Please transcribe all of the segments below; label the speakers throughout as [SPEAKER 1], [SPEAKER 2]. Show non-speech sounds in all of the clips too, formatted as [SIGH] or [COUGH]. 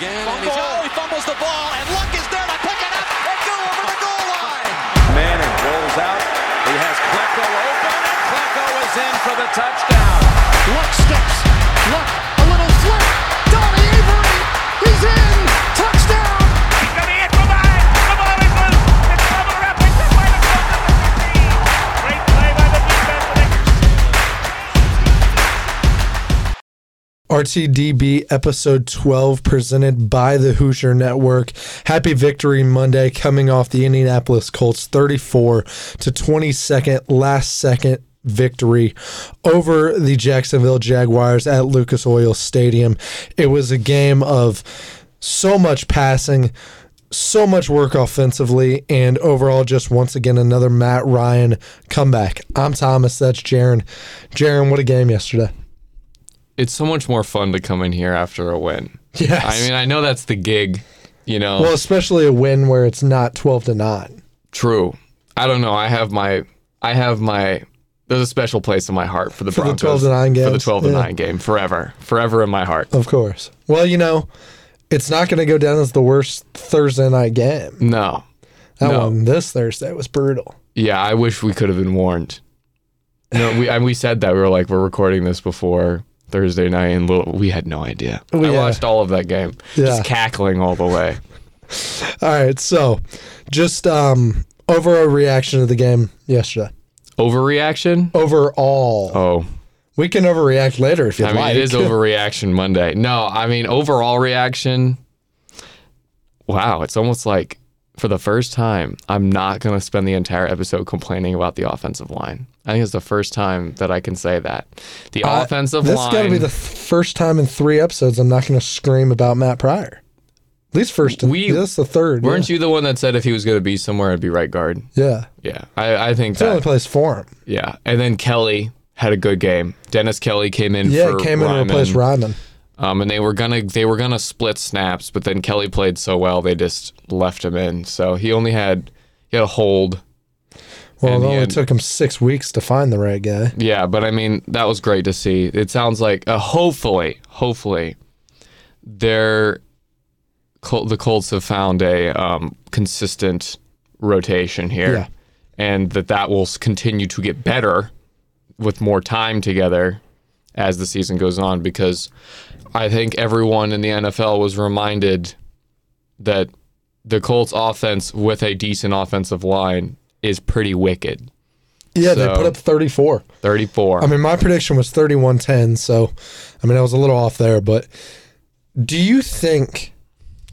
[SPEAKER 1] Fumble, he fumbles the ball, and Luck is there to pick it up and go over the goal line.
[SPEAKER 2] Manning rolls out. He has Klecko open, and Klecko is in for the touchdown.
[SPEAKER 3] Luck steps. Luck, a little flip. Donnie Avery, he's in. Touchdown.
[SPEAKER 4] He's going to hit from behind. The ball is loose. It's Bubba Ruffin. The way to close at the 15. Great play by the defense. and they
[SPEAKER 5] RTDB episode 12 presented by the Hoosier Network. Happy Victory Monday coming off the Indianapolis Colts 34 to 22nd last second victory over the Jacksonville Jaguars at Lucas Oil Stadium. It was a game of so much passing, so much work offensively, and overall, just once again, another Matt Ryan comeback. I'm Thomas, that's Jaron. Jaron, what a game yesterday.
[SPEAKER 6] It's so much more fun to come in here after a win.
[SPEAKER 5] Yes.
[SPEAKER 6] I mean, I know that's the gig, you know.
[SPEAKER 5] Well, especially a win where it's not 12 to 9.
[SPEAKER 6] True. I don't know. I have my, I have my, there's a special place in my heart for the
[SPEAKER 5] For the
[SPEAKER 6] Broncos.
[SPEAKER 5] 12 to 9
[SPEAKER 6] For the
[SPEAKER 5] games,
[SPEAKER 6] 12 to
[SPEAKER 5] yeah.
[SPEAKER 6] 9 game. Forever. Forever in my heart.
[SPEAKER 5] Of course. Well, you know, it's not going to go down as the worst Thursday night game.
[SPEAKER 6] No.
[SPEAKER 5] That
[SPEAKER 6] No.
[SPEAKER 5] one this Thursday was brutal.
[SPEAKER 6] Yeah, I wish we could have been warned. No, we I, we said that we were like we're recording this before Thursday night, and we'll- we had no idea.
[SPEAKER 5] Oh,
[SPEAKER 6] I
[SPEAKER 5] yeah.
[SPEAKER 6] watched all of that game,
[SPEAKER 5] Yeah.
[SPEAKER 6] just cackling all the way.
[SPEAKER 5] All right, so just um overall reaction to the game yesterday.
[SPEAKER 6] Overreaction.
[SPEAKER 5] Overall,
[SPEAKER 6] Oh,
[SPEAKER 5] we can overreact later if you
[SPEAKER 6] I mean
[SPEAKER 5] like.
[SPEAKER 6] it
[SPEAKER 5] [LAUGHS]
[SPEAKER 6] is overreaction Monday. No, I mean overall reaction. Wow, it's almost like for the first time, I'm not going to spend the entire episode complaining about the offensive line. I think it's the first time that I can say that. The
[SPEAKER 5] Uh,
[SPEAKER 6] offensive
[SPEAKER 5] This
[SPEAKER 6] line.
[SPEAKER 5] got to be the th- first time in three episodes I'm not going to scream about Matt Pryor. At least first.
[SPEAKER 6] We-
[SPEAKER 5] that's the third.
[SPEAKER 6] Weren't you the one that said if he was going to be somewhere, it'd be right guard?
[SPEAKER 5] you? Yeah,
[SPEAKER 6] Yeah, I, I think
[SPEAKER 5] it's the only
[SPEAKER 6] that.
[SPEAKER 5] place for him.
[SPEAKER 6] Yeah, and then Kelly had a good game. Dennis Kelly came in.
[SPEAKER 5] Yeah,
[SPEAKER 6] for
[SPEAKER 5] it came in and replaced
[SPEAKER 6] Ryman.
[SPEAKER 5] Ryman.
[SPEAKER 6] Um, and they were gonna they were gonna split snaps, but then Kelly played so well they just left him in. So he only had he had a hold.
[SPEAKER 5] Well,
[SPEAKER 6] And he
[SPEAKER 5] it only
[SPEAKER 6] had-
[SPEAKER 5] took him six weeks to find the right guy.
[SPEAKER 6] Yeah, but I mean that was great to see. It sounds like uh, hopefully hopefully they're Col- the Colts have found a um, consistent rotation here,
[SPEAKER 5] Yeah.
[SPEAKER 6] and that that will s- continue to get better with more time together as the season goes on. Because I think everyone in the NFL was reminded that the Colts' offense with a decent offensive line is pretty wicked.
[SPEAKER 5] Yeah, they
[SPEAKER 6] So-
[SPEAKER 5] put up 34.
[SPEAKER 6] Thirty-four.
[SPEAKER 5] I mean, my prediction was 31-10, so I mean, I was a little off there, but do you think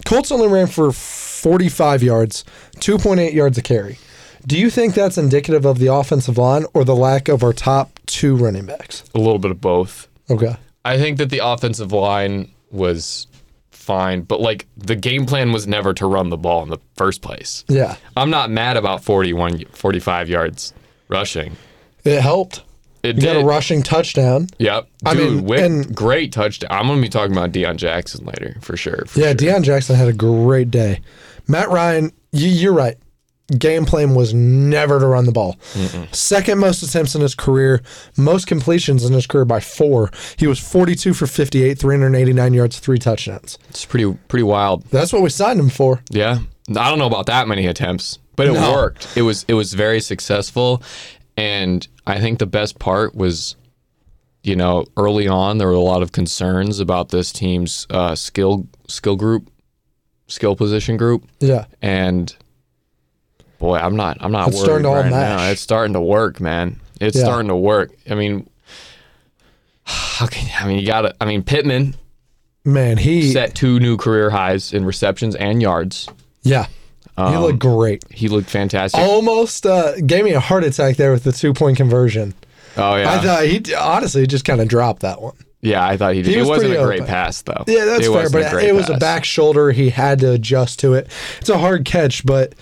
[SPEAKER 5] Colts only ran for 45 yards, 2.8 yards a carry. Do you think that's indicative of the offensive line or the lack of our top two running backs?
[SPEAKER 6] a little bit of both.
[SPEAKER 5] Okay.
[SPEAKER 6] I think that the offensive line was fine, but like the game plan was never to run the ball in the first place.
[SPEAKER 5] Yeah.
[SPEAKER 6] I'm not mad about 41, 45 yards rushing.
[SPEAKER 5] It helped.
[SPEAKER 6] It
[SPEAKER 5] You
[SPEAKER 6] did.
[SPEAKER 5] got a rushing touchdown.
[SPEAKER 6] Yep. Dude,
[SPEAKER 5] I mean,
[SPEAKER 6] Wick-
[SPEAKER 5] and-
[SPEAKER 6] great touchdown. I'm going to be talking about Deion Jackson later for sure. for
[SPEAKER 5] Yeah,
[SPEAKER 6] sure.
[SPEAKER 5] Deion Jackson had a great day. Matt Ryan, you, you're right. Game plan was never to run the ball. Second most attempts in his career, most completions in his career by four. He was 42 for 58, 389 yards, three touchdowns.
[SPEAKER 6] It's pretty pretty wild.
[SPEAKER 5] That's what we signed him for.
[SPEAKER 6] Yeah. I don't know about that many attempts, but it
[SPEAKER 5] No.
[SPEAKER 6] worked. It was it was very successful and I think the best part was you know, early on there were a lot of concerns about this team's uh, skill skill group, skill position group.
[SPEAKER 5] Yeah.
[SPEAKER 6] And boy, I'm not I'm not
[SPEAKER 5] It's
[SPEAKER 6] worried
[SPEAKER 5] starting to all
[SPEAKER 6] right
[SPEAKER 5] mesh.
[SPEAKER 6] now. It's starting to work, man. It's
[SPEAKER 5] Yeah.
[SPEAKER 6] starting to work. I mean, [SIGHS] how can I mean you got to I mean Pittman
[SPEAKER 5] Man, he
[SPEAKER 6] set two new career highs in receptions and yards.
[SPEAKER 5] yeah. he
[SPEAKER 6] Um,
[SPEAKER 5] looked great.
[SPEAKER 6] He looked fantastic.
[SPEAKER 5] Almost uh, gave me a heart attack there with the two point conversion.
[SPEAKER 6] Oh, yeah.
[SPEAKER 5] I thought he honestly he just kind of dropped that one.
[SPEAKER 6] Yeah, I thought he did.
[SPEAKER 5] He
[SPEAKER 6] it
[SPEAKER 5] was
[SPEAKER 6] wasn't a
[SPEAKER 5] pretty
[SPEAKER 6] great
[SPEAKER 5] open.
[SPEAKER 6] pass though.
[SPEAKER 5] Yeah, that's
[SPEAKER 6] it
[SPEAKER 5] fair,
[SPEAKER 6] wasn't a
[SPEAKER 5] but
[SPEAKER 6] great
[SPEAKER 5] it was a
[SPEAKER 6] pass.
[SPEAKER 5] back shoulder. He had to adjust to it. It's a hard catch, but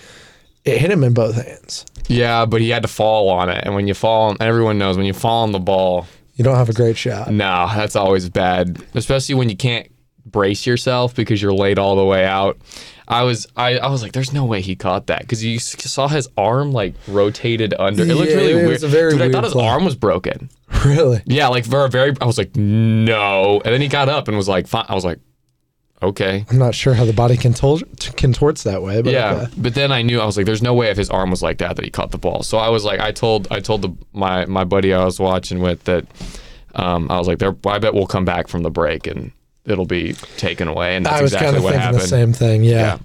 [SPEAKER 5] it hit him in both hands.
[SPEAKER 6] Yeah, but he had to fall on it, and when you fall, on, everyone knows when you fall on the ball.
[SPEAKER 5] You don't have a
[SPEAKER 6] [LAUGHS]
[SPEAKER 5] great shot.
[SPEAKER 6] No, that's always bad, especially when you can't brace yourself because you're laid all the way out. I was, I, I was like, there's no way he caught that because you s- saw his arm like rotated under. It looked
[SPEAKER 5] Yeah,
[SPEAKER 6] really
[SPEAKER 5] it
[SPEAKER 6] weird.
[SPEAKER 5] was a very
[SPEAKER 6] Dude, I
[SPEAKER 5] weird
[SPEAKER 6] thought his
[SPEAKER 5] play.
[SPEAKER 6] arm was broken.
[SPEAKER 5] Really?
[SPEAKER 6] Yeah, like for a very, I was like, no, and then he got up and was like, fine. I was like, okay.
[SPEAKER 5] I'm not sure how the body contol- contorts that way, but
[SPEAKER 6] yeah,
[SPEAKER 5] uh,
[SPEAKER 6] but then I knew I was like, "There's no way if his arm was like that that he caught the ball." So I was like, I told I told the, my my buddy I was watching with that, um, I was like, "There, I bet we'll come back from the break and it'll be taken away." And that's
[SPEAKER 5] I was
[SPEAKER 6] exactly
[SPEAKER 5] kind of
[SPEAKER 6] what
[SPEAKER 5] thinking
[SPEAKER 6] happened.
[SPEAKER 5] the same thing. Yeah.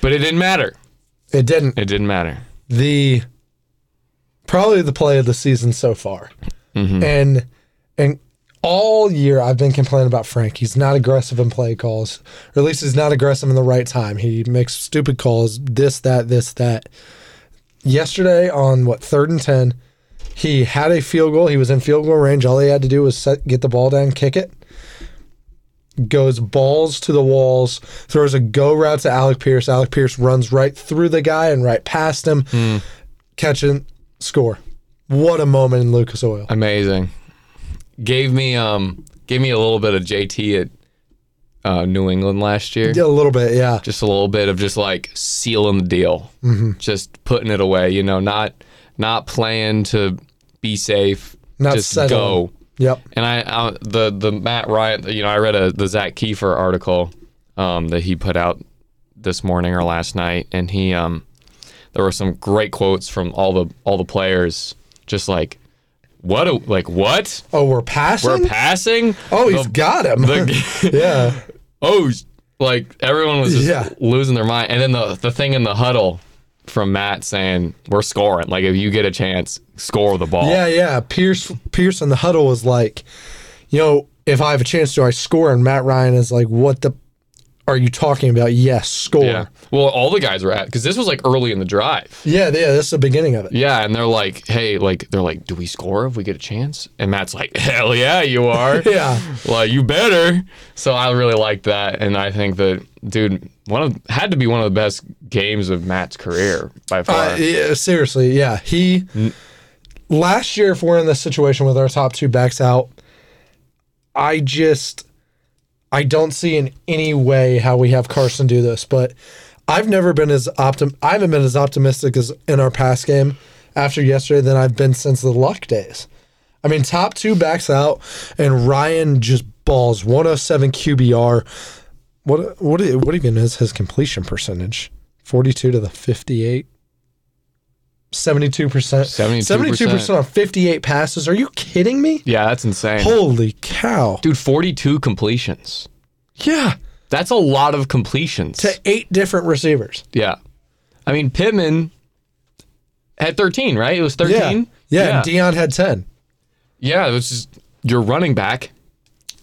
[SPEAKER 6] But it didn't matter.
[SPEAKER 5] It didn't.
[SPEAKER 6] It didn't matter.
[SPEAKER 5] The probably the play of the season so far.
[SPEAKER 6] Mhm.
[SPEAKER 5] And and all year I've been complaining about Frank. He's not aggressive in play calls. Or at least he's not aggressive in the right time. He makes stupid calls, this, that, this, that. Yesterday on what, third and ten, he had a field goal. He was in field goal range. All he had to do was set, get the ball down, kick it. goes balls to the walls, throws a go route to Alec Pierce. Alec Pierce runs right through the guy and right past him, catching score. What a moment in Lucas Oil.
[SPEAKER 6] Amazing. Gave me um gave me a little bit of JT at uh, New England last year.
[SPEAKER 5] Yeah, a little bit, yeah.
[SPEAKER 6] Just a little bit of just like sealing the deal.
[SPEAKER 5] Mhm.
[SPEAKER 6] Just putting it away, you know, not not playing to be safe.
[SPEAKER 5] Not
[SPEAKER 6] just
[SPEAKER 5] settling.
[SPEAKER 6] go.
[SPEAKER 5] Yep.
[SPEAKER 6] And I, I the the Matt Ryan, you know, I read a the Zach Kiefer article um, that he put out this morning or last night, and he um, there were some great quotes from all the all the players, just like what a, like what
[SPEAKER 5] Oh, we're passing.
[SPEAKER 6] we're passing.
[SPEAKER 5] Oh,
[SPEAKER 6] The-
[SPEAKER 5] he's got him. [LAUGHS]
[SPEAKER 6] the- [LAUGHS]
[SPEAKER 5] yeah.
[SPEAKER 6] oh, like everyone was just
[SPEAKER 5] Yeah.
[SPEAKER 6] losing their mind. And then the the thing in the huddle from Matt saying we're scoring. Like if you get a chance, score the ball.
[SPEAKER 5] Yeah, yeah. Pierce Pierce in the huddle was like, you know, if I have a chance, do I score? And Matt Ryan is like, what the are you talking about? Yes, score.
[SPEAKER 6] Yeah.
[SPEAKER 5] Yeah,
[SPEAKER 6] Well, all the guys were at because this was like early in the drive.
[SPEAKER 5] yeah, that's the beginning of it.
[SPEAKER 6] Yeah, and they're like, hey, like they're like, do we score if we get a chance? And Matt's like, hell yeah, you are.
[SPEAKER 5] [LAUGHS] Yeah.
[SPEAKER 6] Like you better. So I really like that, and I think that dude one of had to be one of the best games of Matt's career by far.
[SPEAKER 5] Uh, yeah, seriously, yeah. He last year, if we're in this situation with our top two backs out, I just I don't see in any way how we have Carson do this. But I've never been as optim. I haven't been as optimistic as in our pass game after yesterday than I've been since the luck days. I mean, top two backs out, and Ryan just balls 107 QBR. What what what even is his completion percentage? 42 to the 58. 72%.
[SPEAKER 6] 72%.
[SPEAKER 5] 72% on 58 passes. Are you kidding me?
[SPEAKER 6] yeah, that's insane.
[SPEAKER 5] Holy cow.
[SPEAKER 6] Dude, 42 completions.
[SPEAKER 5] Yeah.
[SPEAKER 6] That's a lot of completions.
[SPEAKER 5] To eight different receivers.
[SPEAKER 6] yeah. I mean, Pittman had 13, right? It was 13?
[SPEAKER 5] Yeah. Yeah. And Dion had 10.
[SPEAKER 6] Yeah, it was just your running back.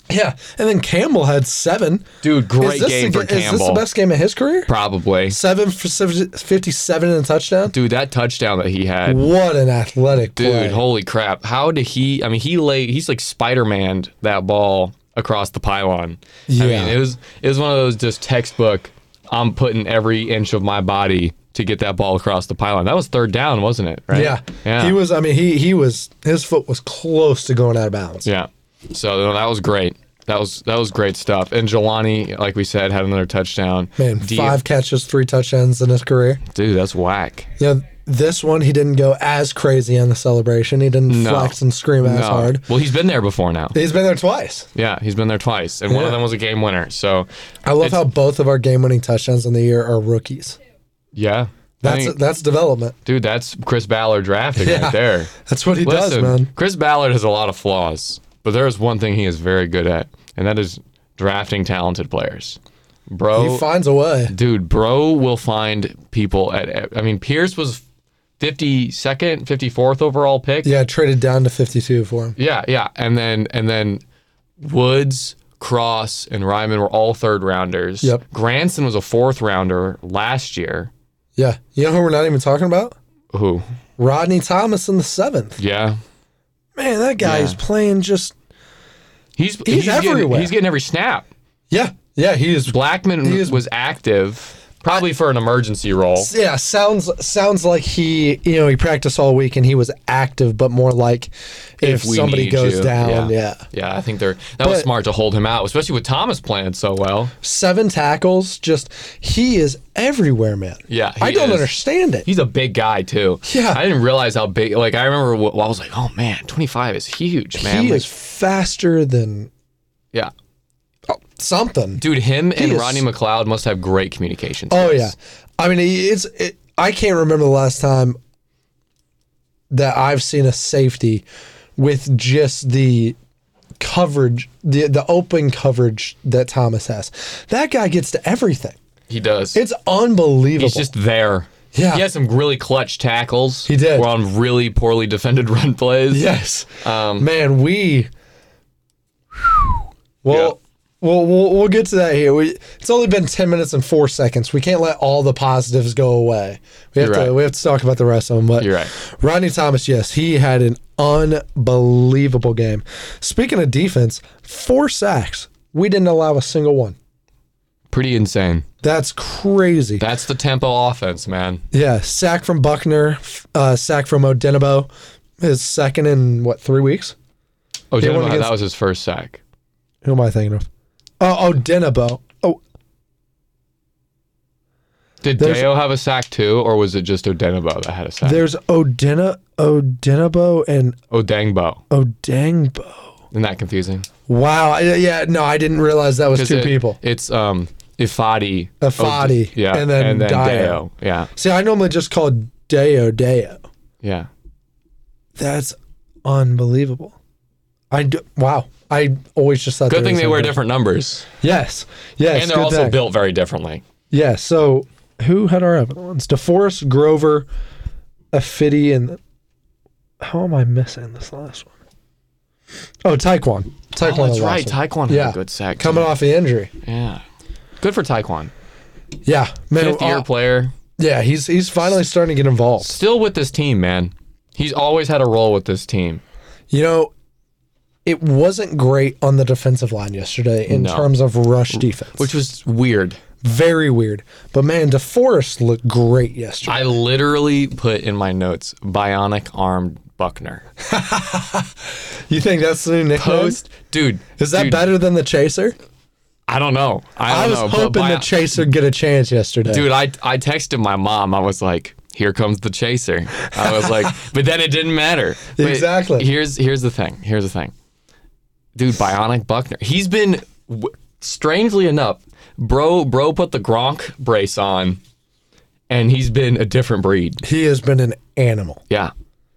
[SPEAKER 5] Yeah. And then Campbell had seven.
[SPEAKER 6] Dude, great
[SPEAKER 5] Is this
[SPEAKER 6] game
[SPEAKER 5] the,
[SPEAKER 6] for
[SPEAKER 5] ga- Is this
[SPEAKER 6] Campbell.
[SPEAKER 5] the best game of his career?
[SPEAKER 6] Probably.
[SPEAKER 5] Seven for sev- 57 and a touchdown?
[SPEAKER 6] Dude, that touchdown that he had.
[SPEAKER 5] What an athletic
[SPEAKER 6] Dude,
[SPEAKER 5] play.
[SPEAKER 6] holy crap. How did he I mean he laid he's like Spider Man that ball across the pylon. I mean,
[SPEAKER 5] Yeah.
[SPEAKER 6] it was it was one of those just textbook I'm putting every inch of my body to get that ball across the pylon. That was third down, wasn't it? Right?
[SPEAKER 5] Yeah.
[SPEAKER 6] Yeah.
[SPEAKER 5] He was, I mean, he he was, his foot was close to going out of bounds.
[SPEAKER 6] Yeah. So no, that was great. That was that was great stuff. And Jelani, like we said, had another touchdown.
[SPEAKER 5] Man,
[SPEAKER 6] D-
[SPEAKER 5] five catches, three touchdowns in his career.
[SPEAKER 6] Dude, that's whack.
[SPEAKER 5] Yeah. This one, he didn't go as crazy on the celebration. He didn't
[SPEAKER 6] No.
[SPEAKER 5] flex and scream as
[SPEAKER 6] No.
[SPEAKER 5] hard.
[SPEAKER 6] Well, he's been there before now.
[SPEAKER 5] He's been there twice.
[SPEAKER 6] Yeah, he's been there twice, and one of
[SPEAKER 5] Yeah.
[SPEAKER 6] them was a game winner. So
[SPEAKER 5] I love
[SPEAKER 6] it's-
[SPEAKER 5] how both of our game-winning touchdowns in the year are rookies.
[SPEAKER 6] yeah. I
[SPEAKER 5] That's
[SPEAKER 6] think-
[SPEAKER 5] that's development.
[SPEAKER 6] Dude, that's Chris Ballard drafting
[SPEAKER 5] Yeah,
[SPEAKER 6] right there.
[SPEAKER 5] That's what [LAUGHS] he does,
[SPEAKER 6] Listen,
[SPEAKER 5] man.
[SPEAKER 6] Chris Ballard has a lot of flaws. But there is one thing he is very good at, and that is drafting talented players. Bro,
[SPEAKER 5] He finds a way.
[SPEAKER 6] Dude, bro will find people at. I mean, Pierce was 52nd, 54th overall pick.
[SPEAKER 5] Yeah, traded down to 52 for him.
[SPEAKER 6] Yeah, yeah, and then and then Woods, Cross, and Ryman were all third rounders.
[SPEAKER 5] Yep.
[SPEAKER 6] Granson was a fourth rounder last year.
[SPEAKER 5] Yeah. You know who we're not even talking about?
[SPEAKER 6] Who?
[SPEAKER 5] Rodney Thomas in the seventh.
[SPEAKER 6] Yeah.
[SPEAKER 5] Man, that guy is playing just.
[SPEAKER 6] He's
[SPEAKER 5] He's everywhere.
[SPEAKER 6] Getting, he's getting every snap.
[SPEAKER 5] Yeah, yeah, he is.
[SPEAKER 6] Blackman
[SPEAKER 5] he is-
[SPEAKER 6] was active, probably for an emergency role.
[SPEAKER 5] Yeah, sounds sounds like he you know he practiced all week and he was active, but more like if,
[SPEAKER 6] we
[SPEAKER 5] somebody
[SPEAKER 6] need
[SPEAKER 5] goes
[SPEAKER 6] you.
[SPEAKER 5] down, yeah.
[SPEAKER 6] Yeah, I think they're that was
[SPEAKER 5] But-
[SPEAKER 6] smart to hold him out, especially with Thomas playing so well.
[SPEAKER 5] Seven tackles, just he is everywhere, man.
[SPEAKER 6] Yeah,
[SPEAKER 5] I
[SPEAKER 6] he
[SPEAKER 5] don't
[SPEAKER 6] is.
[SPEAKER 5] understand it.
[SPEAKER 6] He's a big guy too.
[SPEAKER 5] Yeah.
[SPEAKER 6] I didn't realize how big. Like I remember, wh- I was like, "Oh man, 25 is huge, man."
[SPEAKER 5] he
[SPEAKER 6] Like,
[SPEAKER 5] is faster than oh,
[SPEAKER 6] yeah,
[SPEAKER 5] something.
[SPEAKER 6] dude. Him
[SPEAKER 5] He
[SPEAKER 6] and
[SPEAKER 5] is-
[SPEAKER 6] Rodney McLeod must have great communication.
[SPEAKER 5] Oh yeah,
[SPEAKER 6] skills.
[SPEAKER 5] I mean he- it's it, I can't remember the last time that I've seen a safety with just the coverage, the the open coverage that Thomas has. That guy gets to everything.
[SPEAKER 6] he does.
[SPEAKER 5] It's unbelievable.
[SPEAKER 6] He's just there.
[SPEAKER 5] Yeah.
[SPEAKER 6] He had some really clutch tackles. He
[SPEAKER 5] did.
[SPEAKER 6] Were on really poorly defended [LAUGHS] run plays.
[SPEAKER 5] yes,
[SPEAKER 6] Um,
[SPEAKER 5] man. We well. Well, we'll we'll get to that here. We, it's only been ten minutes and four seconds. We can't let all the positives go away. We have
[SPEAKER 6] You're
[SPEAKER 5] to
[SPEAKER 6] right.
[SPEAKER 5] we have to talk about the rest of them. But
[SPEAKER 6] You're right.
[SPEAKER 5] Rodney Thomas, yes, he had an unbelievable game. Speaking of defense, four sacks. We didn't allow a single one.
[SPEAKER 6] Pretty insane.
[SPEAKER 5] That's crazy.
[SPEAKER 6] That's the tempo offense, man.
[SPEAKER 5] Yeah, sack from Buckner, f- uh, sack from Odenabo, his second in what three weeks?
[SPEAKER 6] Oh,
[SPEAKER 5] They won
[SPEAKER 6] Jenna,
[SPEAKER 5] against-
[SPEAKER 6] that was his first sack.
[SPEAKER 5] Who am I thinking of? Oh, Odenabo. Oh,
[SPEAKER 6] Did
[SPEAKER 5] There's-
[SPEAKER 6] Deo have a sack too, or was it just Odenabo that had a sack?
[SPEAKER 5] there's Odena Odenabo and
[SPEAKER 6] Odangbo.
[SPEAKER 5] Odangbo.
[SPEAKER 6] Isn't that confusing?
[SPEAKER 5] Wow. I- yeah. No, I didn't realize that was
[SPEAKER 6] 'Cause
[SPEAKER 5] two
[SPEAKER 6] it-
[SPEAKER 5] people.
[SPEAKER 6] It's um Ifadi.
[SPEAKER 5] Ifadi,
[SPEAKER 6] Od- yeah.
[SPEAKER 5] and then Deo.
[SPEAKER 6] Yeah.
[SPEAKER 5] See, I normally just call Deo Deo.
[SPEAKER 6] Yeah.
[SPEAKER 5] That's unbelievable. I do, wow. I always just thought.
[SPEAKER 6] Good thing
[SPEAKER 5] they were the
[SPEAKER 6] they
[SPEAKER 5] same
[SPEAKER 6] wear
[SPEAKER 5] person.
[SPEAKER 6] different numbers.
[SPEAKER 5] Yes. Yes.
[SPEAKER 6] and they're
[SPEAKER 5] good
[SPEAKER 6] also
[SPEAKER 5] thing.
[SPEAKER 6] built very differently.
[SPEAKER 5] Yeah. So who had our other ones? DeForest Grover, Afidi, and how am I missing this last one? Oh, Taekwon. Taekwon.
[SPEAKER 6] Oh, that's
[SPEAKER 5] the
[SPEAKER 6] right.
[SPEAKER 5] last one.
[SPEAKER 6] Taekwon had a good sack,
[SPEAKER 5] Coming
[SPEAKER 6] too.
[SPEAKER 5] off the injury.
[SPEAKER 6] Yeah. Good for Taekwon.
[SPEAKER 5] Yeah, man.
[SPEAKER 6] Fifth year
[SPEAKER 5] uh,
[SPEAKER 6] player.
[SPEAKER 5] yeah, he's he's finally starting to get involved.
[SPEAKER 6] Still with this team, man. He's always had a role with this team.
[SPEAKER 5] You know, it wasn't great on the defensive line yesterday in
[SPEAKER 6] No.
[SPEAKER 5] terms of rush defense,
[SPEAKER 6] Which was weird.
[SPEAKER 5] very weird. But man, DeForest looked great yesterday.
[SPEAKER 6] I literally put in my notes bionic armed
[SPEAKER 5] [LAUGHS]
[SPEAKER 6] Buckner.
[SPEAKER 5] you think that's the new nickname?
[SPEAKER 6] Post dude.
[SPEAKER 5] Is that
[SPEAKER 6] dude,
[SPEAKER 5] better than the Chaser?
[SPEAKER 6] I don't know. I,
[SPEAKER 5] I
[SPEAKER 6] don't
[SPEAKER 5] was
[SPEAKER 6] know, but
[SPEAKER 5] hoping
[SPEAKER 6] bi-
[SPEAKER 5] the chaser get a chance yesterday.
[SPEAKER 6] Dude, I I texted my mom. I was like, "Here comes the chaser." I was like, but then it didn't matter. But
[SPEAKER 5] Exactly.
[SPEAKER 6] Here's here's the thing. Here's the thing. Dude, Bionic Buckner. He's been w- strangely enough, bro. Bro put the Gronk brace on, and he's been a different breed.
[SPEAKER 5] he has been an animal.
[SPEAKER 6] Yeah,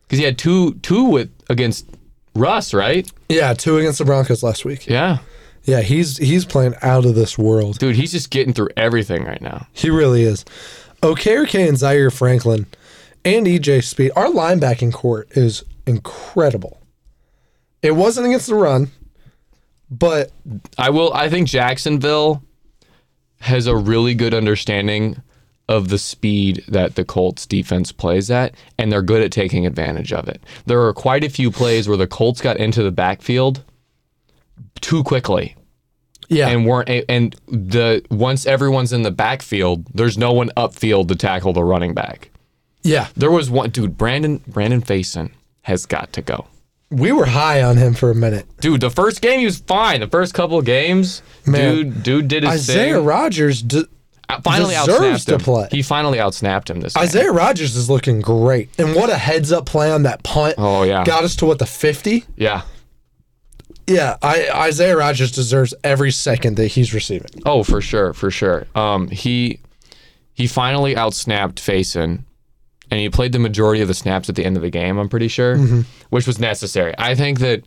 [SPEAKER 6] because he had two two with against Russ, right?
[SPEAKER 5] Yeah, two against the Broncos last week.
[SPEAKER 6] Yeah,
[SPEAKER 5] Yeah, he's he's playing out of this world.
[SPEAKER 6] dude, he's just getting through everything right now.
[SPEAKER 5] He really is. Okereke and Zaire Franklin and EJ Speed. Our linebacking court is incredible. It wasn't against the run, but
[SPEAKER 6] I will. I think Jacksonville has a really good understanding of the speed that the Colts defense plays at, and they're good at taking advantage of it. There are quite a few plays where the Colts got into the backfield too quickly
[SPEAKER 5] yeah,
[SPEAKER 6] and weren't. A- and the once everyone's in the backfield, there's no one upfield to tackle the running back.
[SPEAKER 5] yeah.
[SPEAKER 6] There was one dude, Brandon Brandon Faison has got to go.
[SPEAKER 5] We were high on him for a minute.
[SPEAKER 6] Dude, the first game he was fine. The first couple of games,
[SPEAKER 5] Man.
[SPEAKER 6] dude, dude did his thing.
[SPEAKER 5] Isaiah Rogers. d-
[SPEAKER 6] Uh, finally
[SPEAKER 5] deserves
[SPEAKER 6] outsnapped
[SPEAKER 5] to
[SPEAKER 6] him.
[SPEAKER 5] play.
[SPEAKER 6] He finally outsnapped him this game.
[SPEAKER 5] Isaiah Rogers is looking great. And what a heads up play on that punt.
[SPEAKER 6] Oh, yeah.
[SPEAKER 5] Got us to what, the 50?
[SPEAKER 6] Yeah.
[SPEAKER 5] Yeah, I, Isaiah Rogers deserves every second that he's receiving.
[SPEAKER 6] Oh, for sure, for sure. Um, he he finally outsnapped Faison, and
[SPEAKER 5] Mm-hmm.
[SPEAKER 6] he played the majority of the snaps at the end of the game. I'm pretty sure, which was necessary. I think that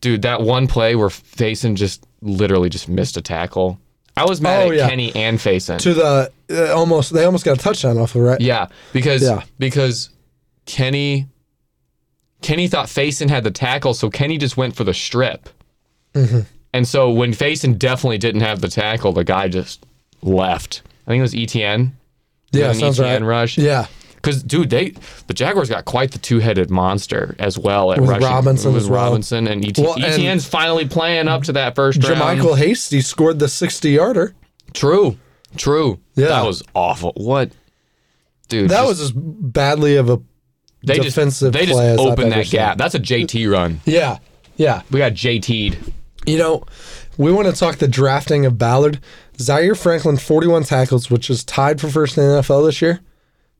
[SPEAKER 6] Dude, that one play where Faison just literally just missed a tackle. I was mad
[SPEAKER 5] Oh,
[SPEAKER 6] at
[SPEAKER 5] yeah.
[SPEAKER 6] Kenny and Faison.
[SPEAKER 5] to the uh, almost they almost got a touchdown off of it, right?
[SPEAKER 6] Yeah, because
[SPEAKER 5] Yeah.
[SPEAKER 6] because Kenny Kenny thought Faison had the tackle, so Kenny just went for the strip.
[SPEAKER 5] Mhm.
[SPEAKER 6] And so when Faison definitely didn't have the tackle, the guy just left. I think it was E ETN.
[SPEAKER 5] Yeah,
[SPEAKER 6] An
[SPEAKER 5] sounds
[SPEAKER 6] ETN
[SPEAKER 5] right.
[SPEAKER 6] rush.
[SPEAKER 5] Yeah.
[SPEAKER 6] Because dude, they the Jaguars got quite the two-headed monster as well at
[SPEAKER 5] With
[SPEAKER 6] rushing.
[SPEAKER 5] Robinson
[SPEAKER 6] with
[SPEAKER 5] as well.
[SPEAKER 6] Robinson and E ETN.
[SPEAKER 5] Well, and-
[SPEAKER 6] ETN's finally playing up to that first round.
[SPEAKER 5] Jermichael Hasty scored the 60 yarder.
[SPEAKER 6] True. True.
[SPEAKER 5] Yeah.
[SPEAKER 6] That was awful. What, dude?
[SPEAKER 5] that
[SPEAKER 6] just-
[SPEAKER 5] was as badly of a
[SPEAKER 6] they
[SPEAKER 5] defensive
[SPEAKER 6] just, they
[SPEAKER 5] play
[SPEAKER 6] just
[SPEAKER 5] as I've
[SPEAKER 6] opened
[SPEAKER 5] ever
[SPEAKER 6] that
[SPEAKER 5] seen.
[SPEAKER 6] gap. That's a JT run.
[SPEAKER 5] Yeah. Yeah.
[SPEAKER 6] We got JT'd.
[SPEAKER 5] You know, we want to talk the drafting of Ballard. Zaire Franklin, 41 tackles, which is tied for first in the NFL this year.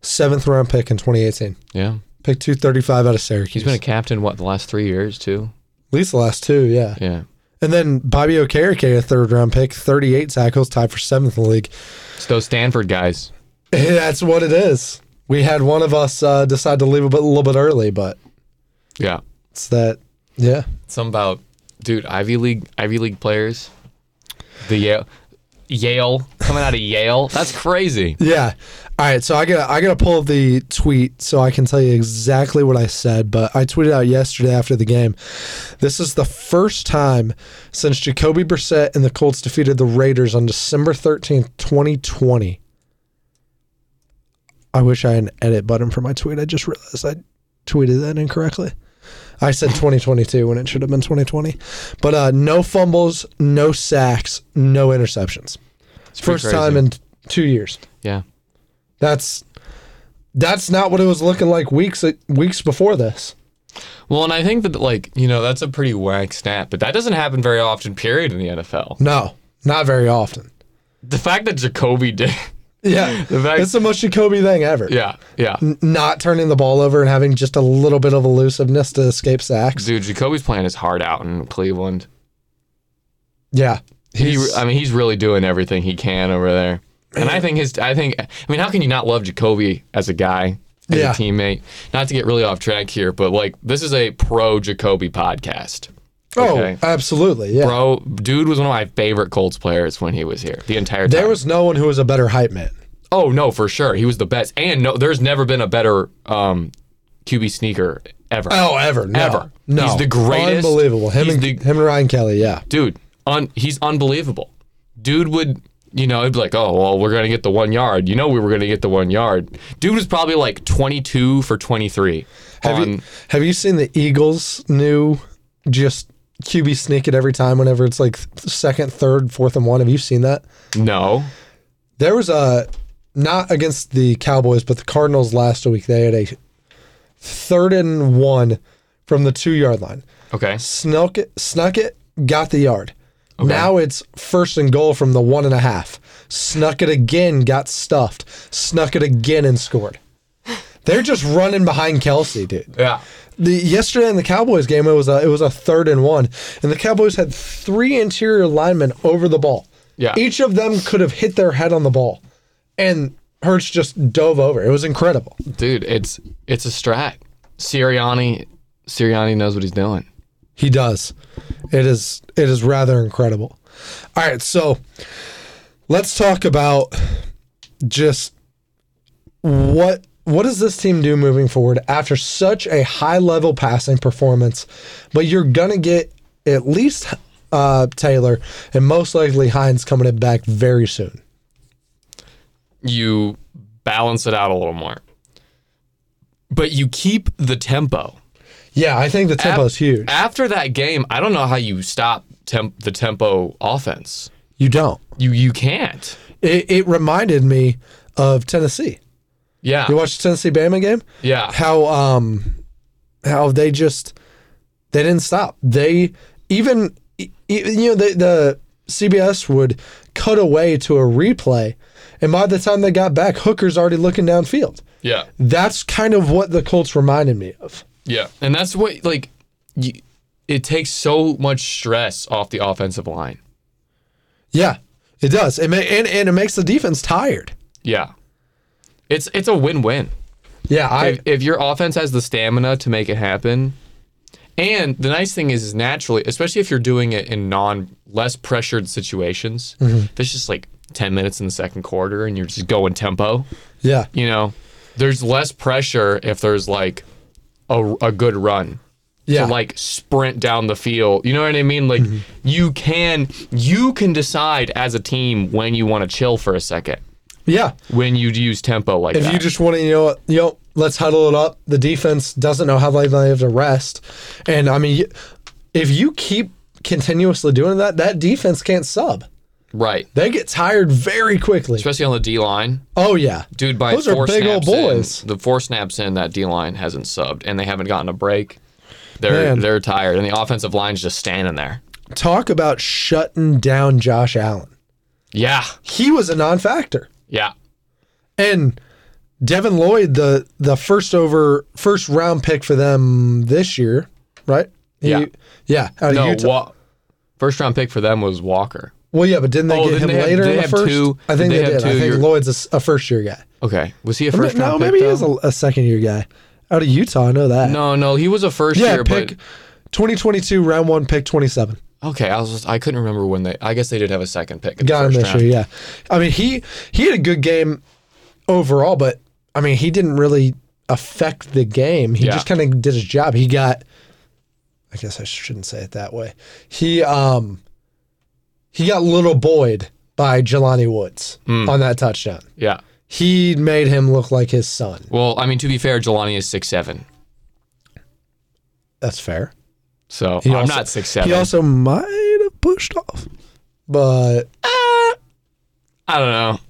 [SPEAKER 5] Seventh round pick in 2018.
[SPEAKER 6] Yeah.
[SPEAKER 5] Pick 235 out of Syracuse.
[SPEAKER 6] He's been a captain what the last three years too.
[SPEAKER 5] At least the last two, yeah.
[SPEAKER 6] Yeah.
[SPEAKER 5] And then Bobby Okereke, a third round pick, 38 tackles, tied for seventh in the league.
[SPEAKER 6] It's those Stanford guys.
[SPEAKER 5] That's what it is. We had one of us uh, decide to leave a, bit, a little bit early, but
[SPEAKER 6] Yeah.
[SPEAKER 5] it's that, yeah.
[SPEAKER 6] Some about dude Ivy League Ivy League players. The Yale Yale coming out of Yale. [LAUGHS] That's crazy.
[SPEAKER 5] Yeah. All right. So I got I got to pull up the tweet so I can tell you exactly what I said. But I tweeted out yesterday after the game. This is the first time since Jacoby Brissett and the Colts defeated the Raiders on December thirteenth, twenty twenty. I wish I had an edit button for my tweet. I just realized I tweeted that incorrectly. I said 2022 when it should have been 2020. But uh, no fumbles, no sacks, no interceptions.
[SPEAKER 6] pretty
[SPEAKER 5] First time
[SPEAKER 6] crazy.
[SPEAKER 5] in two years.
[SPEAKER 6] Yeah.
[SPEAKER 5] That's that's not what it was looking like weeks weeks before this.
[SPEAKER 6] Well, and I think that like, you know, that's a pretty whack snap, but that doesn't happen very often, period, in the NFL.
[SPEAKER 5] No, not very often.
[SPEAKER 6] The fact that Jacoby did [LAUGHS]
[SPEAKER 5] [LAUGHS] Yeah,
[SPEAKER 6] The fact-
[SPEAKER 5] it's the most Jacoby thing ever.
[SPEAKER 6] Yeah, yeah.
[SPEAKER 5] N- not turning the ball over and having just a little bit of elusiveness to escape sacks.
[SPEAKER 6] Dude, Jacoby's playing his heart out in Cleveland.
[SPEAKER 5] Yeah,
[SPEAKER 6] He, I mean, he's really doing everything he can over there. And I think his, I think, I mean, how can you not love Jacoby as a guy, as
[SPEAKER 5] Yeah.
[SPEAKER 6] a teammate? Not to get really off track here, but like, this is a pro Jacoby podcast.
[SPEAKER 5] oh,
[SPEAKER 6] okay.
[SPEAKER 5] absolutely. Yeah,
[SPEAKER 6] Bro, dude was one of my favorite Colts players when he was here the entire time.
[SPEAKER 5] there was no one who was a better hype man.
[SPEAKER 6] oh, no, for sure. He was the best. And no, there's never been a better um, QB sneaker ever.
[SPEAKER 5] Oh, ever, no,
[SPEAKER 6] Ever.
[SPEAKER 5] no,
[SPEAKER 6] He's the greatest.
[SPEAKER 5] unbelievable. Him
[SPEAKER 6] He's
[SPEAKER 5] and
[SPEAKER 6] the-
[SPEAKER 5] him and Ryan Kelly. Yeah,
[SPEAKER 6] dude, un, he's unbelievable. Dude would, you know, it'd be like, oh, well, we're going to get the one yard. You know, we were going to get the one yard. Dude was probably like 22 for 23.
[SPEAKER 5] Have
[SPEAKER 6] on,
[SPEAKER 5] you have you seen the Eagles' new just QB sneak it every time whenever it's like th- second, third, fourth, and one? Have you seen that?
[SPEAKER 6] No.
[SPEAKER 5] There was a not against the Cowboys, but the Cardinals last week. They had a third and one from the two yard line.
[SPEAKER 6] Okay.
[SPEAKER 5] Snuck it, snuck it, got the yard. Now it's first and goal from the one and a half. Snuck it again, got stuffed. Snuck it again and scored. They're just running behind Kelsey, dude
[SPEAKER 6] Yeah.
[SPEAKER 5] the yesterday in the Cowboys game, it was a it was a third and one, and the Cowboys had three interior linemen over the ball.
[SPEAKER 6] Yeah.
[SPEAKER 5] each of them could have hit their head on the ball, and Hertz just dove over. It was incredible.
[SPEAKER 6] Dude, it's it's a strat. Sirianni, Sirianni knows what he's doing.
[SPEAKER 5] He does. It is it is rather incredible. All right, so let's talk about just what what does this team do moving forward after such a high level passing performance? But you're gonna get at least uh, Taylor and most likely Hines coming in back very soon.
[SPEAKER 6] You balance it out a little more. But you keep the tempo.
[SPEAKER 5] Yeah, I think the tempo is huge.
[SPEAKER 6] After that game, I don't know how you stop temp- the tempo offense.
[SPEAKER 5] You don't.
[SPEAKER 6] You you can't.
[SPEAKER 5] It, it reminded me of Tennessee.
[SPEAKER 6] Yeah.
[SPEAKER 5] You watched the Tennessee Bama game?
[SPEAKER 6] Yeah.
[SPEAKER 5] How um how they just they didn't stop. They even e- e- you know the the CBS would cut away to a replay and by the time they got back Hooker's already looking downfield.
[SPEAKER 6] Yeah.
[SPEAKER 5] That's kind of what the Colts reminded me of.
[SPEAKER 6] Yeah. And that's what like you, it takes so much stress off the offensive line.
[SPEAKER 5] Yeah. It does. It ma- and and it makes the defense tired.
[SPEAKER 6] Yeah. It's it's a win-win.
[SPEAKER 5] Yeah, I
[SPEAKER 6] if, if your offense has the stamina to make it happen And the nice thing is, is naturally, especially if you're doing it in non less pressured situations,
[SPEAKER 5] Mhm.
[SPEAKER 6] if it's just like ten minutes in the second quarter and you're just going tempo.
[SPEAKER 5] Yeah.
[SPEAKER 6] You know, there's less pressure if there's like a, a good run.
[SPEAKER 5] Yeah. Mm-hmm.
[SPEAKER 6] To like sprint down the field. You know what I mean? Like you can you can decide as a team when you want to chill for a second.
[SPEAKER 5] Yeah.
[SPEAKER 6] When you use tempo like
[SPEAKER 5] if
[SPEAKER 6] that.
[SPEAKER 5] you just want to, you know, what, you know, let's huddle it up. The defense doesn't know how long they have to rest, and I mean, you- if you keep continuously doing that, that defense can't sub.
[SPEAKER 6] right.
[SPEAKER 5] They get tired very quickly.
[SPEAKER 6] Especially on the D line.
[SPEAKER 5] Oh yeah,
[SPEAKER 6] Dude, by
[SPEAKER 5] Those are
[SPEAKER 6] four
[SPEAKER 5] big old
[SPEAKER 6] snaps
[SPEAKER 5] boys.
[SPEAKER 6] in, the four snaps in that D line hasn't subbed, and they haven't gotten a break. They're
[SPEAKER 5] Man.
[SPEAKER 6] they're tired, and the offensive line's just standing there.
[SPEAKER 5] Talk about shutting down Josh Allen.
[SPEAKER 6] Yeah,
[SPEAKER 5] He was a non-factor,
[SPEAKER 6] yeah,
[SPEAKER 5] and Devin Lloyd, the the first over first round pick for them this year, right? He-
[SPEAKER 6] Yeah.
[SPEAKER 5] yeah. out of
[SPEAKER 6] no,
[SPEAKER 5] Utah.
[SPEAKER 6] Wa- first round pick for them was Walker.
[SPEAKER 5] Well, yeah, but didn't they
[SPEAKER 6] Oh,
[SPEAKER 5] get
[SPEAKER 6] didn't
[SPEAKER 5] him
[SPEAKER 6] they have-
[SPEAKER 5] later
[SPEAKER 6] they
[SPEAKER 5] in the
[SPEAKER 6] have
[SPEAKER 5] first?
[SPEAKER 6] two-
[SPEAKER 5] I think
[SPEAKER 6] did
[SPEAKER 5] they,
[SPEAKER 6] they have
[SPEAKER 5] did. I
[SPEAKER 6] two
[SPEAKER 5] think
[SPEAKER 6] year-
[SPEAKER 5] Lloyd's a s- a, first year guy.
[SPEAKER 6] Okay, was he a
[SPEAKER 5] Or
[SPEAKER 6] first
[SPEAKER 5] ma-
[SPEAKER 6] round?
[SPEAKER 5] No,
[SPEAKER 6] pick,
[SPEAKER 5] maybe
[SPEAKER 6] though?
[SPEAKER 5] he is a, a second year guy. Out of Utah, I know that.
[SPEAKER 6] No, no, he was a first
[SPEAKER 5] yeah,
[SPEAKER 6] year,
[SPEAKER 5] pick
[SPEAKER 6] but
[SPEAKER 5] 2022 round one, pick 27.
[SPEAKER 6] okay, I was just, I couldn't remember when they. I guess they did have a second pick. In
[SPEAKER 5] Got
[SPEAKER 6] the
[SPEAKER 5] him
[SPEAKER 6] first
[SPEAKER 5] this
[SPEAKER 6] round.
[SPEAKER 5] year. Yeah, I mean he he had a good game overall, but I mean he didn't really affect the game. He
[SPEAKER 6] Yeah.
[SPEAKER 5] just kind of did his job. He got. I guess I shouldn't say it that way. He um he got little Boyd by Jelani Woods
[SPEAKER 6] Mm.
[SPEAKER 5] on that touchdown.
[SPEAKER 6] Yeah.
[SPEAKER 5] He made him look like his son.
[SPEAKER 6] Well, I mean, to be fair, Jelani is six seven,
[SPEAKER 5] That's fair.
[SPEAKER 6] so
[SPEAKER 5] He
[SPEAKER 6] I'm
[SPEAKER 5] also-
[SPEAKER 6] not six seven.
[SPEAKER 5] He also might have pushed off, but
[SPEAKER 6] I don't know.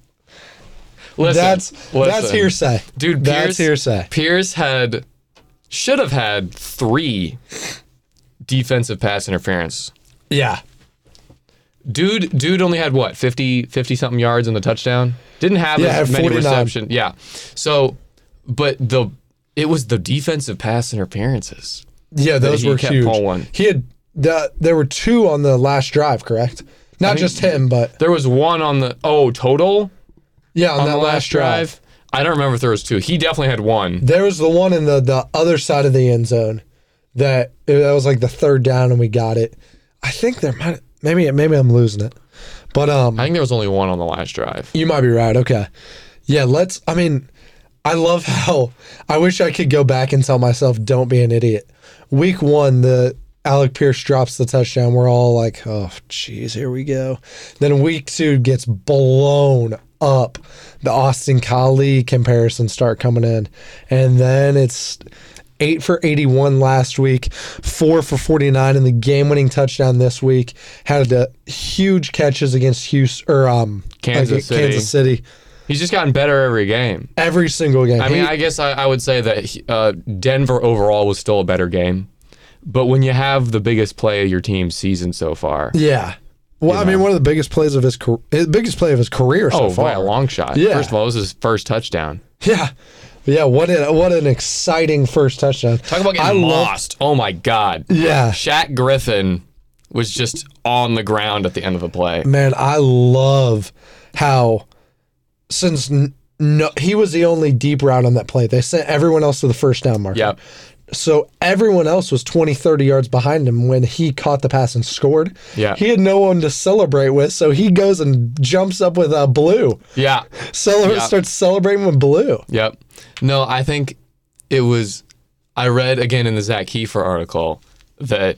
[SPEAKER 6] Listen,
[SPEAKER 5] That's- that's
[SPEAKER 6] listen.
[SPEAKER 5] hearsay.
[SPEAKER 6] dude.
[SPEAKER 5] That's
[SPEAKER 6] Pierce,
[SPEAKER 5] hearsay.
[SPEAKER 6] Pierce had should have had three defensive pass interference.
[SPEAKER 5] yeah,
[SPEAKER 6] Dude, dude only had what 50, 50 something yards in the touchdown. Didn't have
[SPEAKER 5] Yeah,
[SPEAKER 6] as
[SPEAKER 5] had
[SPEAKER 6] many
[SPEAKER 5] 49.
[SPEAKER 6] reception. Yeah. So, but the it was the defensive pass interferences.
[SPEAKER 5] yeah,
[SPEAKER 6] that
[SPEAKER 5] those
[SPEAKER 6] he
[SPEAKER 5] were
[SPEAKER 6] kept
[SPEAKER 5] huge.
[SPEAKER 6] pulling.
[SPEAKER 5] He had the, there were two on the last drive, correct? Not
[SPEAKER 6] think-
[SPEAKER 5] just him, but
[SPEAKER 6] There was one on the oh total
[SPEAKER 5] yeah, on,
[SPEAKER 6] on
[SPEAKER 5] that
[SPEAKER 6] the
[SPEAKER 5] last drive.
[SPEAKER 6] I don't remember if there was two. He definitely had one.
[SPEAKER 5] There was the one in the the other side of the end zone that that was like the third down, and we got it. I think there might maybe maybe I'm losing it, but um,
[SPEAKER 6] I think there was only one on the last drive.
[SPEAKER 5] You might be right. Okay. Yeah, let's I mean, I love how I wish I could go back and tell myself don't be an idiot. Week 1 the Alec Pierce drops the touchdown. We're all like, "Oh, jeez, here we go." Then week 2 gets blown up. The Austin Kali comparisons start coming in. And then it's 8 for 81 last week, 4 for 49 and the game-winning touchdown this week. Had the huge catches against Houston or um
[SPEAKER 6] Kansas
[SPEAKER 5] like, Kansas City.
[SPEAKER 6] He's just gotten better every game.
[SPEAKER 5] Every single game.
[SPEAKER 6] I mean,
[SPEAKER 5] He-
[SPEAKER 6] I guess I, I would say that he- uh, Denver overall was still a better game, but when you have the biggest play of your team's season so far,
[SPEAKER 5] yeah. Well, I mean, one of the biggest plays of his career, his biggest play of his career so
[SPEAKER 6] oh,
[SPEAKER 5] far.
[SPEAKER 6] by a long shot.
[SPEAKER 5] Yeah.
[SPEAKER 6] First of all, it was his first touchdown.
[SPEAKER 5] Yeah, yeah. What an what an exciting first touchdown.
[SPEAKER 6] Talk about
[SPEAKER 5] I
[SPEAKER 6] getting
[SPEAKER 5] love-
[SPEAKER 6] lost. oh my god.
[SPEAKER 5] Yeah.
[SPEAKER 6] Shaq Griffin was just on the ground at the end of the
[SPEAKER 5] [LAUGHS]
[SPEAKER 6] play.
[SPEAKER 5] man, I love how since n- no, he was the only deep route on that play. They sent everyone else to the first down marker.
[SPEAKER 6] Yep.
[SPEAKER 5] So everyone else was 20, 30 yards behind him when he caught the pass and scored.
[SPEAKER 6] Yeah.
[SPEAKER 5] He had no one to celebrate with, so he goes and jumps up with uh, blue.
[SPEAKER 6] Yeah.
[SPEAKER 5] Cele-
[SPEAKER 6] Yeah.
[SPEAKER 5] starts celebrating with blue.
[SPEAKER 6] Yep. No, I think it was. I read again in the Zach Kiefer article that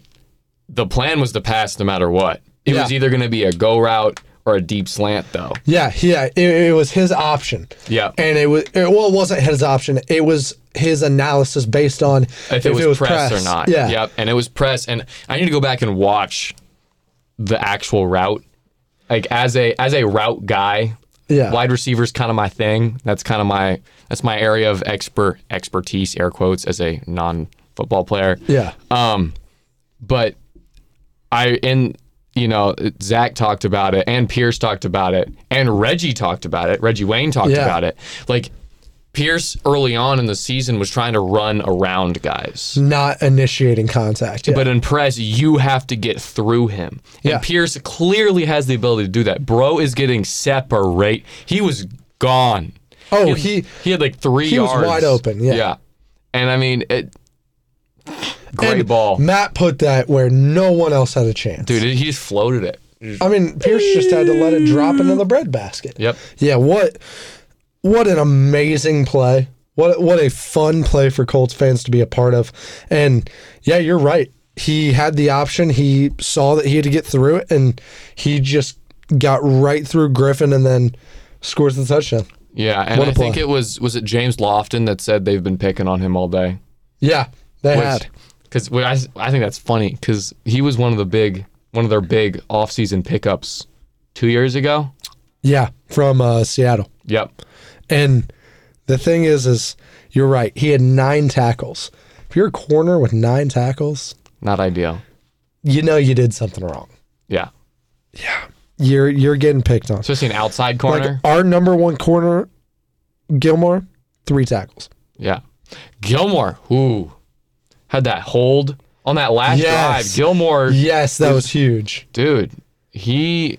[SPEAKER 6] the plan was to pass no matter what. It was
[SPEAKER 5] Yeah.
[SPEAKER 6] either going to be a go route or a deep slant, though.
[SPEAKER 5] Yeah, yeah, it, it was his option.
[SPEAKER 6] Yeah.
[SPEAKER 5] And it was it, well, it wasn't his option. It was his analysis based on
[SPEAKER 6] If, it was, press, or not.
[SPEAKER 5] Yeah,
[SPEAKER 6] Yep. And it was press. And I need to go back and watch the actual route. Like as a as a route guy,
[SPEAKER 5] Yeah.
[SPEAKER 6] wide receiver's kind of my thing. That's kind of my that's my area of expert expertise, air quotes, as a non football player.
[SPEAKER 5] yeah,
[SPEAKER 6] Um, but I and you know Zach talked about it, and Pierce talked about it, and Reggie talked about it. Reggie Wayne talked
[SPEAKER 5] Yeah.
[SPEAKER 6] about it. Like Pierce early on in the season was trying to run around guys.
[SPEAKER 5] not initiating contact. Yeah.
[SPEAKER 6] But in press, you have to get through him. And
[SPEAKER 5] Yeah.
[SPEAKER 6] Pierce clearly has the ability to do that. Bro is getting separate. He was gone.
[SPEAKER 5] Oh,
[SPEAKER 6] he had,
[SPEAKER 5] he-
[SPEAKER 6] he had like three
[SPEAKER 5] he was
[SPEAKER 6] yards.
[SPEAKER 5] wide open, yeah.
[SPEAKER 6] yeah. And I mean, it, [SIGHS] Great
[SPEAKER 5] And
[SPEAKER 6] ball.
[SPEAKER 5] Matt put that where no one else had a chance.
[SPEAKER 6] Dude, he just floated it.
[SPEAKER 5] I mean, Pierce just had to let it drop into the bread basket.
[SPEAKER 6] Yep.
[SPEAKER 5] Yeah, what what an amazing play. What what a fun play for Colts fans to be a part of. And yeah, you're right. He had the option. He saw that he had to get through it and he just got right through Griffin and then scores the touchdown.
[SPEAKER 6] Yeah, and
[SPEAKER 5] What a
[SPEAKER 6] I think
[SPEAKER 5] play.
[SPEAKER 6] it was was it James Lofton that said they've been picking on him all day.
[SPEAKER 5] Yeah, they had.
[SPEAKER 6] Because I, s- I think that's funny because he was one of the big one of their big offseason pickups two years ago.
[SPEAKER 5] Yeah, from uh, Seattle.
[SPEAKER 6] Yep.
[SPEAKER 5] And the thing is, is you're right. He had nine tackles. If you're a corner with nine tackles,
[SPEAKER 6] Not ideal.
[SPEAKER 5] you know you did something wrong.
[SPEAKER 6] Yeah.
[SPEAKER 5] You're you're getting picked on.
[SPEAKER 6] Especially an outside corner.
[SPEAKER 5] Like our number one corner, Gilmore, three tackles.
[SPEAKER 6] yeah. Gilmore, who had that hold on that last
[SPEAKER 5] Yes.
[SPEAKER 6] drive. Gilmore.
[SPEAKER 5] Yes, that was huge.
[SPEAKER 6] Dude, he.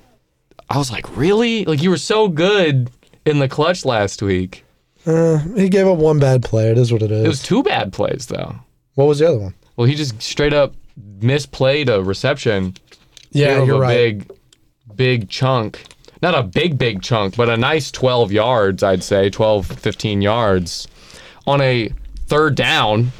[SPEAKER 6] I was like, really? Like, you were so good in the clutch last week.
[SPEAKER 5] Uh, he gave up one bad play. It is what it is.
[SPEAKER 6] It was two bad plays, though.
[SPEAKER 5] what was the other one?
[SPEAKER 6] Well, he just straight up misplayed a reception.
[SPEAKER 5] Yeah,
[SPEAKER 6] Gave up
[SPEAKER 5] you're
[SPEAKER 6] a
[SPEAKER 5] right.
[SPEAKER 6] Big, big chunk. Not a big, big chunk, but a nice 12 yards, I'd say, 12, 15 yards on a third down.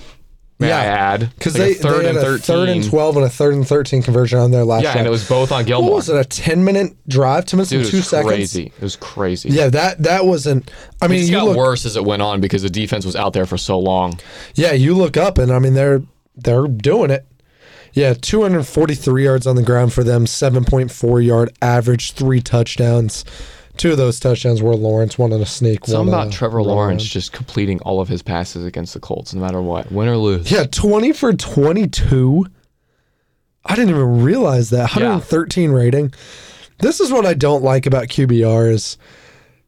[SPEAKER 6] May I add?
[SPEAKER 5] Because
[SPEAKER 6] Like a
[SPEAKER 5] they, they had a third and twelve and a third and thirteen conversion on their last.
[SPEAKER 6] Yeah, and
[SPEAKER 5] drive.
[SPEAKER 6] it was both on Gilmore.
[SPEAKER 5] What was it? A ten minute drive, ten minutes
[SPEAKER 6] Dude,
[SPEAKER 5] and
[SPEAKER 6] it
[SPEAKER 5] two
[SPEAKER 6] was
[SPEAKER 5] seconds.
[SPEAKER 6] crazy. It was crazy.
[SPEAKER 5] Yeah, that that wasn't. I
[SPEAKER 6] it
[SPEAKER 5] mean,
[SPEAKER 6] just
[SPEAKER 5] you
[SPEAKER 6] got
[SPEAKER 5] look.
[SPEAKER 6] worse as it went on because the defense was out there for so long.
[SPEAKER 5] Yeah, you look up, and I mean they're they're doing it. Yeah, 243 yards on the ground for them, 7.4 yard average, three touchdowns. Two of those touchdowns were Lawrence, one on a sneak.
[SPEAKER 6] Something
[SPEAKER 5] one on
[SPEAKER 6] about
[SPEAKER 5] a
[SPEAKER 6] Trevor
[SPEAKER 5] run.
[SPEAKER 6] Lawrence just completing all of his passes against the Colts, no matter what, win or lose.
[SPEAKER 5] Yeah, 20 for 22. I didn't even realize that. 113 rating. This is what I don't like about QBR is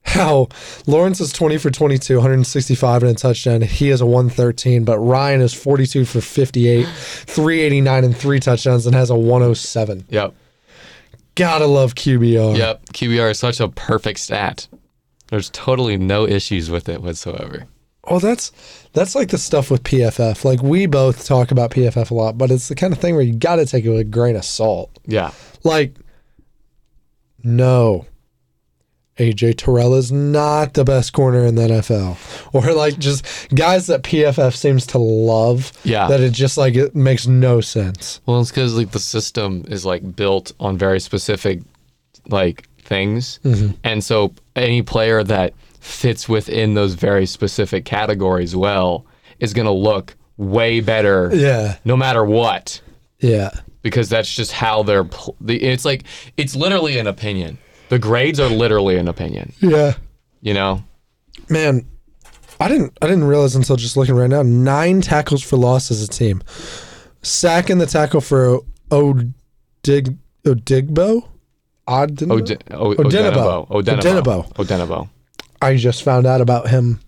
[SPEAKER 5] how Lawrence is 20 for 22, 165 and a touchdown. He is a 113, but Ryan is 42 for 58, 389 and three touchdowns and has a 107.
[SPEAKER 6] Yep.
[SPEAKER 5] Gotta love QBR.
[SPEAKER 6] Yep, QBR is such a perfect stat. There's totally no issues with it whatsoever.
[SPEAKER 5] Oh, that's that's like the stuff with PFF. Like we both talk about PFF a lot, but it's the kind of thing where you got to take it with a grain of salt.
[SPEAKER 6] Yeah.
[SPEAKER 5] Like, no, AJ Terrell is not the best corner in the NFL. [LAUGHS] Or like just guys that PFF seems to love.
[SPEAKER 6] Yeah.
[SPEAKER 5] That it just like it makes no sense.
[SPEAKER 6] Well, it's because like the system is like built on very specific like things,
[SPEAKER 5] Mhm.
[SPEAKER 6] and so any player that fits within those very specific categories well is gonna look way better.
[SPEAKER 5] Yeah.
[SPEAKER 6] No matter what.
[SPEAKER 5] Yeah.
[SPEAKER 6] because that's just how they're. Pl- the, it's like it's literally an opinion. The grades are literally an opinion.
[SPEAKER 5] Yeah.
[SPEAKER 6] You know.
[SPEAKER 5] Man, I didn't I didn't realize until just looking right now. Nine tackles for loss as a team. Sack and the tackle for Odig Odigbo. Odenbo?
[SPEAKER 6] Ode- o-
[SPEAKER 5] Mm-hmm.
[SPEAKER 6] Odenabo.
[SPEAKER 5] Odenabo.
[SPEAKER 6] Odenabo.
[SPEAKER 5] Odenabo.
[SPEAKER 6] Odenabo.
[SPEAKER 5] I just found out about him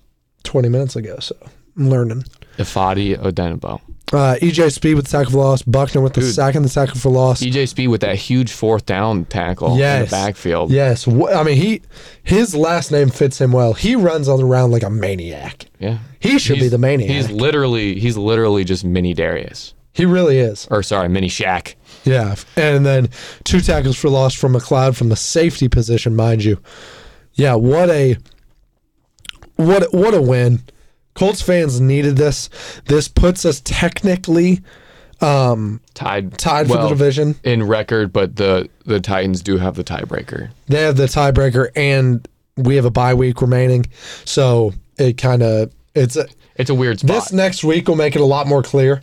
[SPEAKER 5] 20 minutes ago, so I'm learning.
[SPEAKER 6] Ifadi Odenabo.
[SPEAKER 5] Uh, EJ Speed with the tackle for loss. Buckner with the
[SPEAKER 6] Dude.
[SPEAKER 5] sack and the tackle for loss.
[SPEAKER 6] EJ Speed with that huge fourth down tackle in
[SPEAKER 5] Yes.
[SPEAKER 6] the backfield.
[SPEAKER 5] Yes, Wh- I mean he, his last name fits him well. He runs on the round like a maniac.
[SPEAKER 6] Yeah.
[SPEAKER 5] He should be
[SPEAKER 6] He's-
[SPEAKER 5] the maniac.
[SPEAKER 6] He's literally he's literally just mini Darius.
[SPEAKER 5] he really is.
[SPEAKER 6] Or sorry, mini Shaq.
[SPEAKER 5] Yeah, and then two tackles for loss from McLeod from the safety position, mind you. Yeah, what a what what a win. Colts fans needed this. This puts us technically um
[SPEAKER 6] Tied
[SPEAKER 5] Tied for the division.
[SPEAKER 6] In record, but the the Titans do have the tiebreaker.
[SPEAKER 5] they have the tiebreaker and we have a bye week remaining. So it kind of it's a,
[SPEAKER 6] It's a weird spot.
[SPEAKER 5] this next week will make it a lot more clear.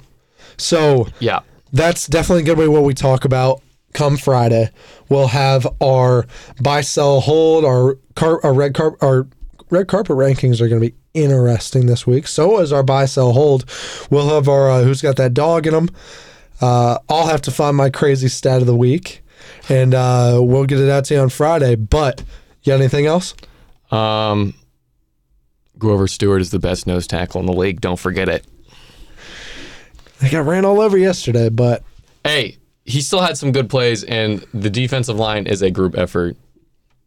[SPEAKER 5] So
[SPEAKER 6] yeah.
[SPEAKER 5] that's definitely going to be what we talk about come Friday. We'll have our buy, sell, hold, our car, our red carpet, our red carpet rankings are going to be interesting this week. So is our buy, sell, hold. We'll have our uh, who's got that dog in them. Uh, I'll have to find my crazy stat of the week, and uh, we'll get it out to you on Friday. But you got anything else?
[SPEAKER 6] Um, Grover Stewart is the best nose tackle in the league. Don't forget it.
[SPEAKER 5] I got ran all over yesterday, but
[SPEAKER 6] Hey, he still had some good plays, and the defensive line is a group effort.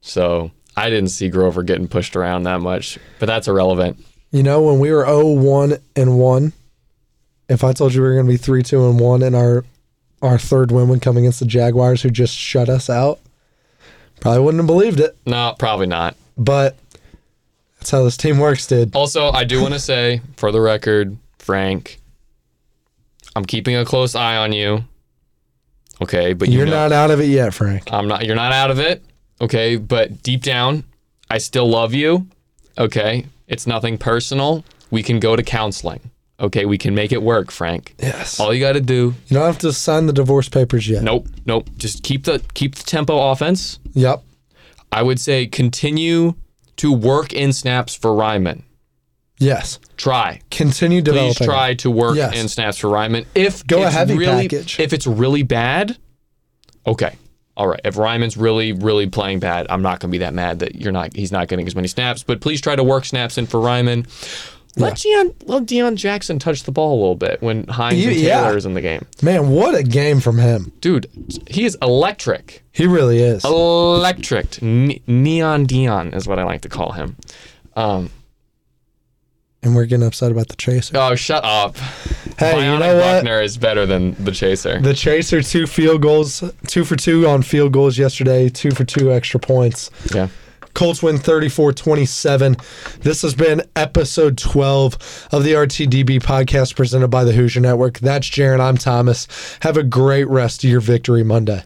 [SPEAKER 6] So I didn't see Grover getting pushed
[SPEAKER 5] oh,
[SPEAKER 6] around that much, but that's irrelevant.
[SPEAKER 5] You know, when we were 0 1 and 1 If I told you we were going to be three, two, and one, and our our third win would come against the Jaguars, who just shut us out, probably wouldn't have believed it.
[SPEAKER 6] No, probably not.
[SPEAKER 5] But that's how this team works, dude.
[SPEAKER 6] Also, I do want to say, for the record, Frank, I'm keeping a close eye on you. Okay, but you
[SPEAKER 5] You're
[SPEAKER 6] know-
[SPEAKER 5] not out of it yet, Frank.
[SPEAKER 6] I'm not. You're not out of it. Okay, but deep down, I still love you. Okay, it's nothing personal. We can go to counseling. Okay, we can make it work, Frank.
[SPEAKER 5] Yes.
[SPEAKER 6] All you got to do.
[SPEAKER 5] You don't have to sign the divorce papers yet.
[SPEAKER 6] Nope. Nope. Just keep the keep the tempo offense.
[SPEAKER 5] Yep.
[SPEAKER 6] I would say continue to work in snaps for Ryman.
[SPEAKER 5] Yes.
[SPEAKER 6] Try.
[SPEAKER 5] Continue developing.
[SPEAKER 6] Please try to work
[SPEAKER 5] Yes.
[SPEAKER 6] in snaps for Ryman. If
[SPEAKER 5] Go a
[SPEAKER 6] it's
[SPEAKER 5] heavy
[SPEAKER 6] really,
[SPEAKER 5] package.
[SPEAKER 6] If it's really bad, okay, all right. If Ryman's really, really playing bad, I'm not gonna be that mad that you're not. He's not getting as many snaps. But please try to work snaps in for Ryman. Let Deion, let Deion Jackson touch the ball a little bit when Hines and
[SPEAKER 5] You- yeah.
[SPEAKER 6] Taylor is in the game.
[SPEAKER 5] Man, what a game from him.
[SPEAKER 6] Dude, he is electric.
[SPEAKER 5] He really is.
[SPEAKER 6] Oh. Electric. Ne- Neon Dion is what I like to call him. Um,
[SPEAKER 5] And we're getting upset about the chaser.
[SPEAKER 6] oh, shut up.
[SPEAKER 5] Hey,
[SPEAKER 6] Bionic
[SPEAKER 5] you know what?
[SPEAKER 6] Buckner is better than the Chaser.
[SPEAKER 5] The chaser two field goals, two for two on field goals yesterday, two for two extra points.
[SPEAKER 6] Yeah.
[SPEAKER 5] Colts win 34-27. This has been episode 12 of the RTDB podcast presented by the Hoosier Network. That's Jaron. I'm Thomas. Have a great rest of your Victory Monday.